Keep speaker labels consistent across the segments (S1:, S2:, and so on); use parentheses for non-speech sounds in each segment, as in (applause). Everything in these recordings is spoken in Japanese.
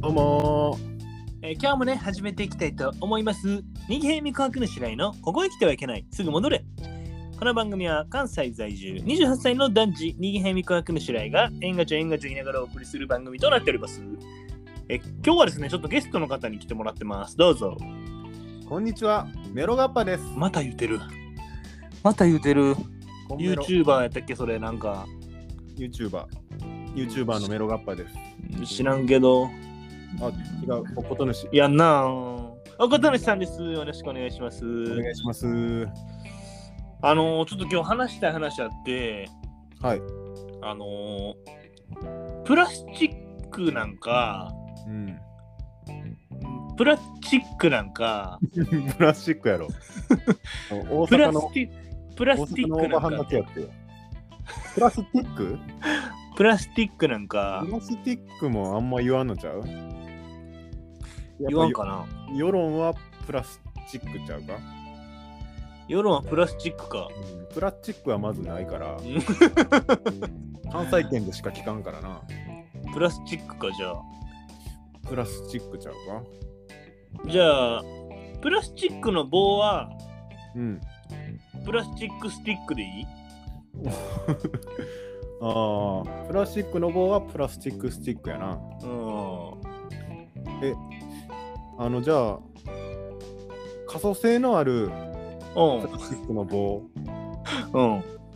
S1: どうも
S2: えー今日もね始めていきたいと思います右平未告白の白井のここへ来てはいけないすぐ戻れこの番組は関西在住28歳の男児右平未告白の白井が縁がちょ縁がちょ言いながらお送りする番組となっておりますえー今日はですねちょっとゲストの方に来てもらってますどうぞ
S1: こんにちはメロガッパです
S2: また言うてるまた言うてる
S1: コンメロ
S2: YouTuber やったっけそれなんか
S1: YouTuber YouTuber のメロガッパです
S2: 知らんけど
S1: あ違うおことぬし
S2: やんなあおことのしさんですよろしくお願いします
S1: お願いしますは
S2: あのーちょっと今日話したい話あって
S1: い、
S2: あのープラスチックなんか
S1: うん、
S2: プラスチックなんか
S1: プラスチックや
S2: (laughs)
S1: ろ大
S2: プラ
S1: 阪
S2: ス
S1: の
S2: チックプラ
S1: 大
S2: スチ
S1: 阪
S2: ッ
S1: のオ
S2: ク
S1: ー
S2: な
S1: バーハン
S2: ん
S1: だ
S2: か
S1: けやってよプラスチック
S2: プラスチックなんか
S1: プラスチックもあんま言わんのちゃう
S2: 言わんかな
S1: やっぱ世論はプラスチックちゃうか、
S2: 世論はプラスチックか
S1: うんプラスチックはまずないから
S2: ん
S1: 関西圏でしか聞かんからな
S2: プラスチックかじゃあ
S1: プラスチックちゃうか
S2: じゃあプラスチックの棒は
S1: うん
S2: プラスチックスティックでいい
S1: ああ、プラスチックの棒はプラスチックスティックやな。
S2: うん
S1: あの、じゃあ、可塑性のある
S2: うん
S1: プラスチックの棒。
S2: う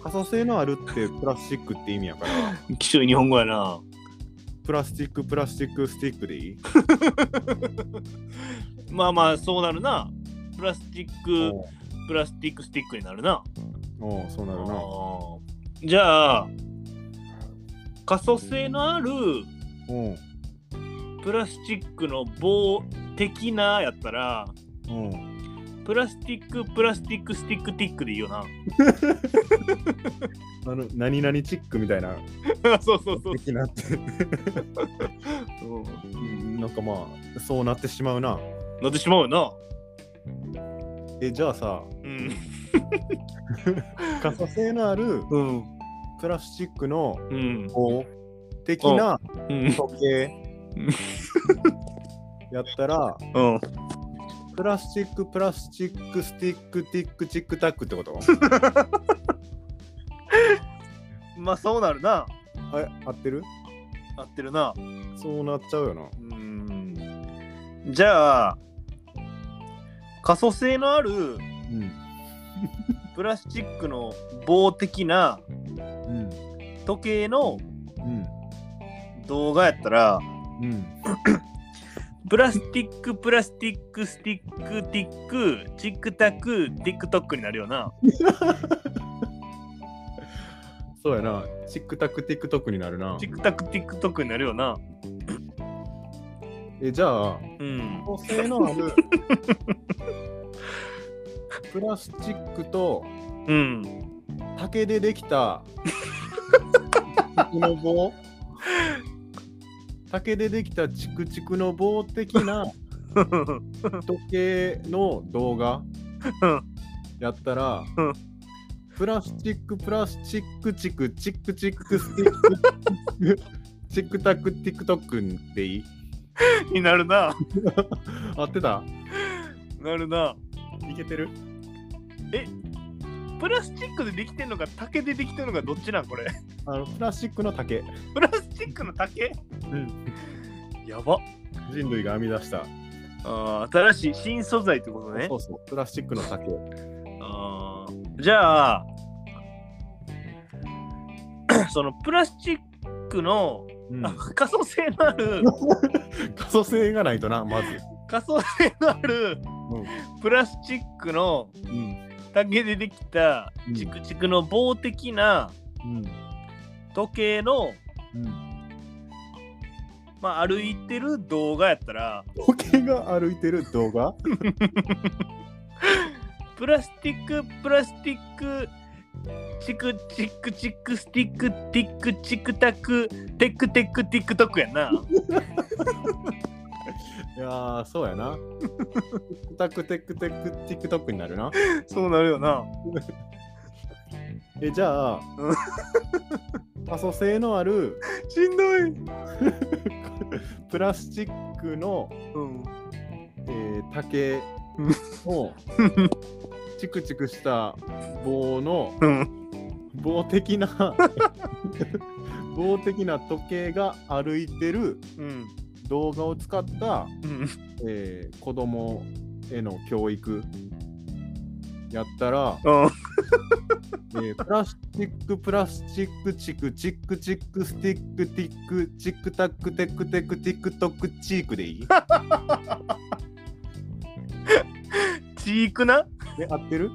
S1: 可塑性のあるってプラスチックって意味やから、
S2: ん貴重い日本語やな
S1: プラスチック、プラスチックスティックでいい
S2: まあまあそうなるなプラスチック
S1: おう
S2: プラスチックスティックになるな
S1: おうそうなるな。
S2: あーじゃあ可塑性のある
S1: うん。
S2: プラスチックの棒的なやったら
S1: うん、
S2: プラスチックプラスチックスティックティックでいいよな
S1: あの何々チックみたいな
S2: (laughs) そうそうそう、
S1: 的なって
S2: う、
S1: うんなんかまあそうなってしまうなん
S2: なってしまうよ
S1: えじゃあさ
S2: なうん
S1: 可塑性のある
S2: うん
S1: プラスチックの
S2: うん
S1: 棒的な
S2: うん
S1: 時 (laughs) 計
S2: うん
S1: やったら
S2: うん
S1: プラスチックプラスチックスティックティックチックタックって (laughs) こと
S2: まあそうなるな
S1: え合ってる
S2: 合ってるな
S1: そうなっちゃうよな
S2: うんじゃあ可塑性のある
S1: うん
S2: プラスチックの棒的な
S1: うん
S2: 時計の
S1: うん
S2: 動画やったら
S1: うん
S2: プラスティックプラスティックスティックティックチックタックティックトックになるよな
S1: そうやなチックタックティックトックになるな
S2: チックタックティックトックになるよな
S1: えじゃあ
S2: うん
S1: 補正のある (laughs) プラスチックと
S2: うん (laughs)
S1: 竹でできた竹の棒竹でできたチクチクの棒的な時計の動画
S2: うん
S1: やったら、
S2: うん
S1: プラスチックプラスチックチクチックチックスティックチックタックティックトックンでいい
S2: になるな
S1: 合ってた
S2: なるない
S1: けてる
S2: プラスチックでできてんのか竹でできてんのかどっちなんこれ
S1: あのプラスチックの竹、
S2: プラスチックの竹やば
S1: 人類が編み出した、
S2: あー新しい新素材ってことね
S1: そうそうプラスチックの竹
S2: あーじゃあ (clears throat) そのプラスチックの、
S1: うん
S2: あ可塑性のある
S1: 可塑性がないとなまず、
S2: 可塑性のあるプラスチックの
S1: うん
S2: 竹でできた
S1: うん
S2: チクチクの棒的な
S1: うん
S2: 時計の、
S1: うん、
S2: まあ、歩いてる動画やったら
S1: 時計が歩いてる動画
S2: プラスティックプラスティックチクチクチクスティックティックチクタクテックテックティックトックやんな。
S1: いやーそうやなテクタクテクテクティックトックになるな
S2: そうなるよな。
S1: えじゃあ
S2: うん
S1: 可塑性のある
S2: しんどい。
S1: プラスチッ肉の、
S2: うん。
S1: えー竹のチクチクした棒の
S2: うん。
S1: 棒的な棒的な時計が歩いてる
S2: うん。
S1: 動画を使った、
S2: うん。
S1: えー子供への教育やったら、えープラスチックプラスチックチクチックチックスティックティックチックタックテクテクティックトックチークでいい
S2: チークな
S1: で合ってる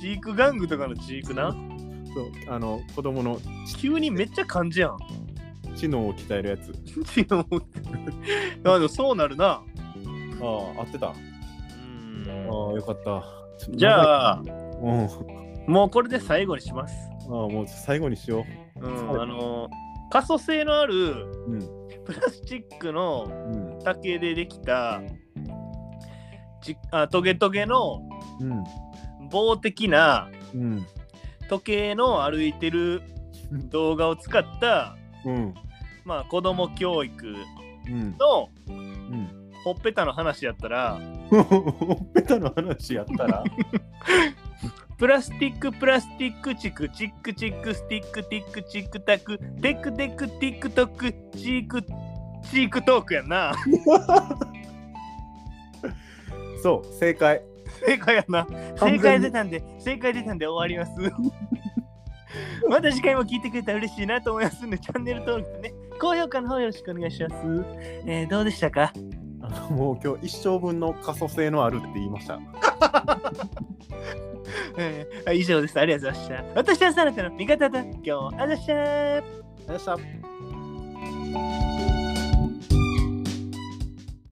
S2: チーク玩具とかのチークな
S1: そうあの子供の
S2: 急にめっちゃ感じやん。
S1: 知能を鍛えるやつ
S2: 違う。あでもそう (laughs) なるな。
S1: ああ合ってたああよかった
S2: じゃあ、
S1: あうんあ
S2: もうこれで最後にします。
S1: あもう最後にしよ
S2: うん。あの、可塑性のあ
S1: う
S2: る
S1: うん
S2: プラスチックの
S1: うん
S2: 竹でできたちあトゲトゲの
S1: うん
S2: 棒的な
S1: うん
S2: 時計の歩いてる動画を使った、
S1: うん
S2: まあ、子供教育
S1: うん
S2: の
S1: うん
S2: ほっぺたの話やったら
S1: ほっぺたの話やったら
S2: プラスティックプラスティックチクチックチックスティックティックチックタクテクテクティックトックチークチークトークやんな
S1: そう正解
S2: (laughs) 正解やな
S1: 完
S2: 正
S1: 全に
S2: 解出たんで正解出たんで終わります (laughs) また次回も聞いてくれたら嬉しいなと思いますんでチャンネル登録とね高評価の方よろしくお願いします、えーどうでしたか
S1: あのもう今日一生分の可塑性のあるって言いました
S2: えー以上です。ありがとうございました。私はサラタの味方だ。今日もありがとうございました。
S1: よっしゃ
S2: 「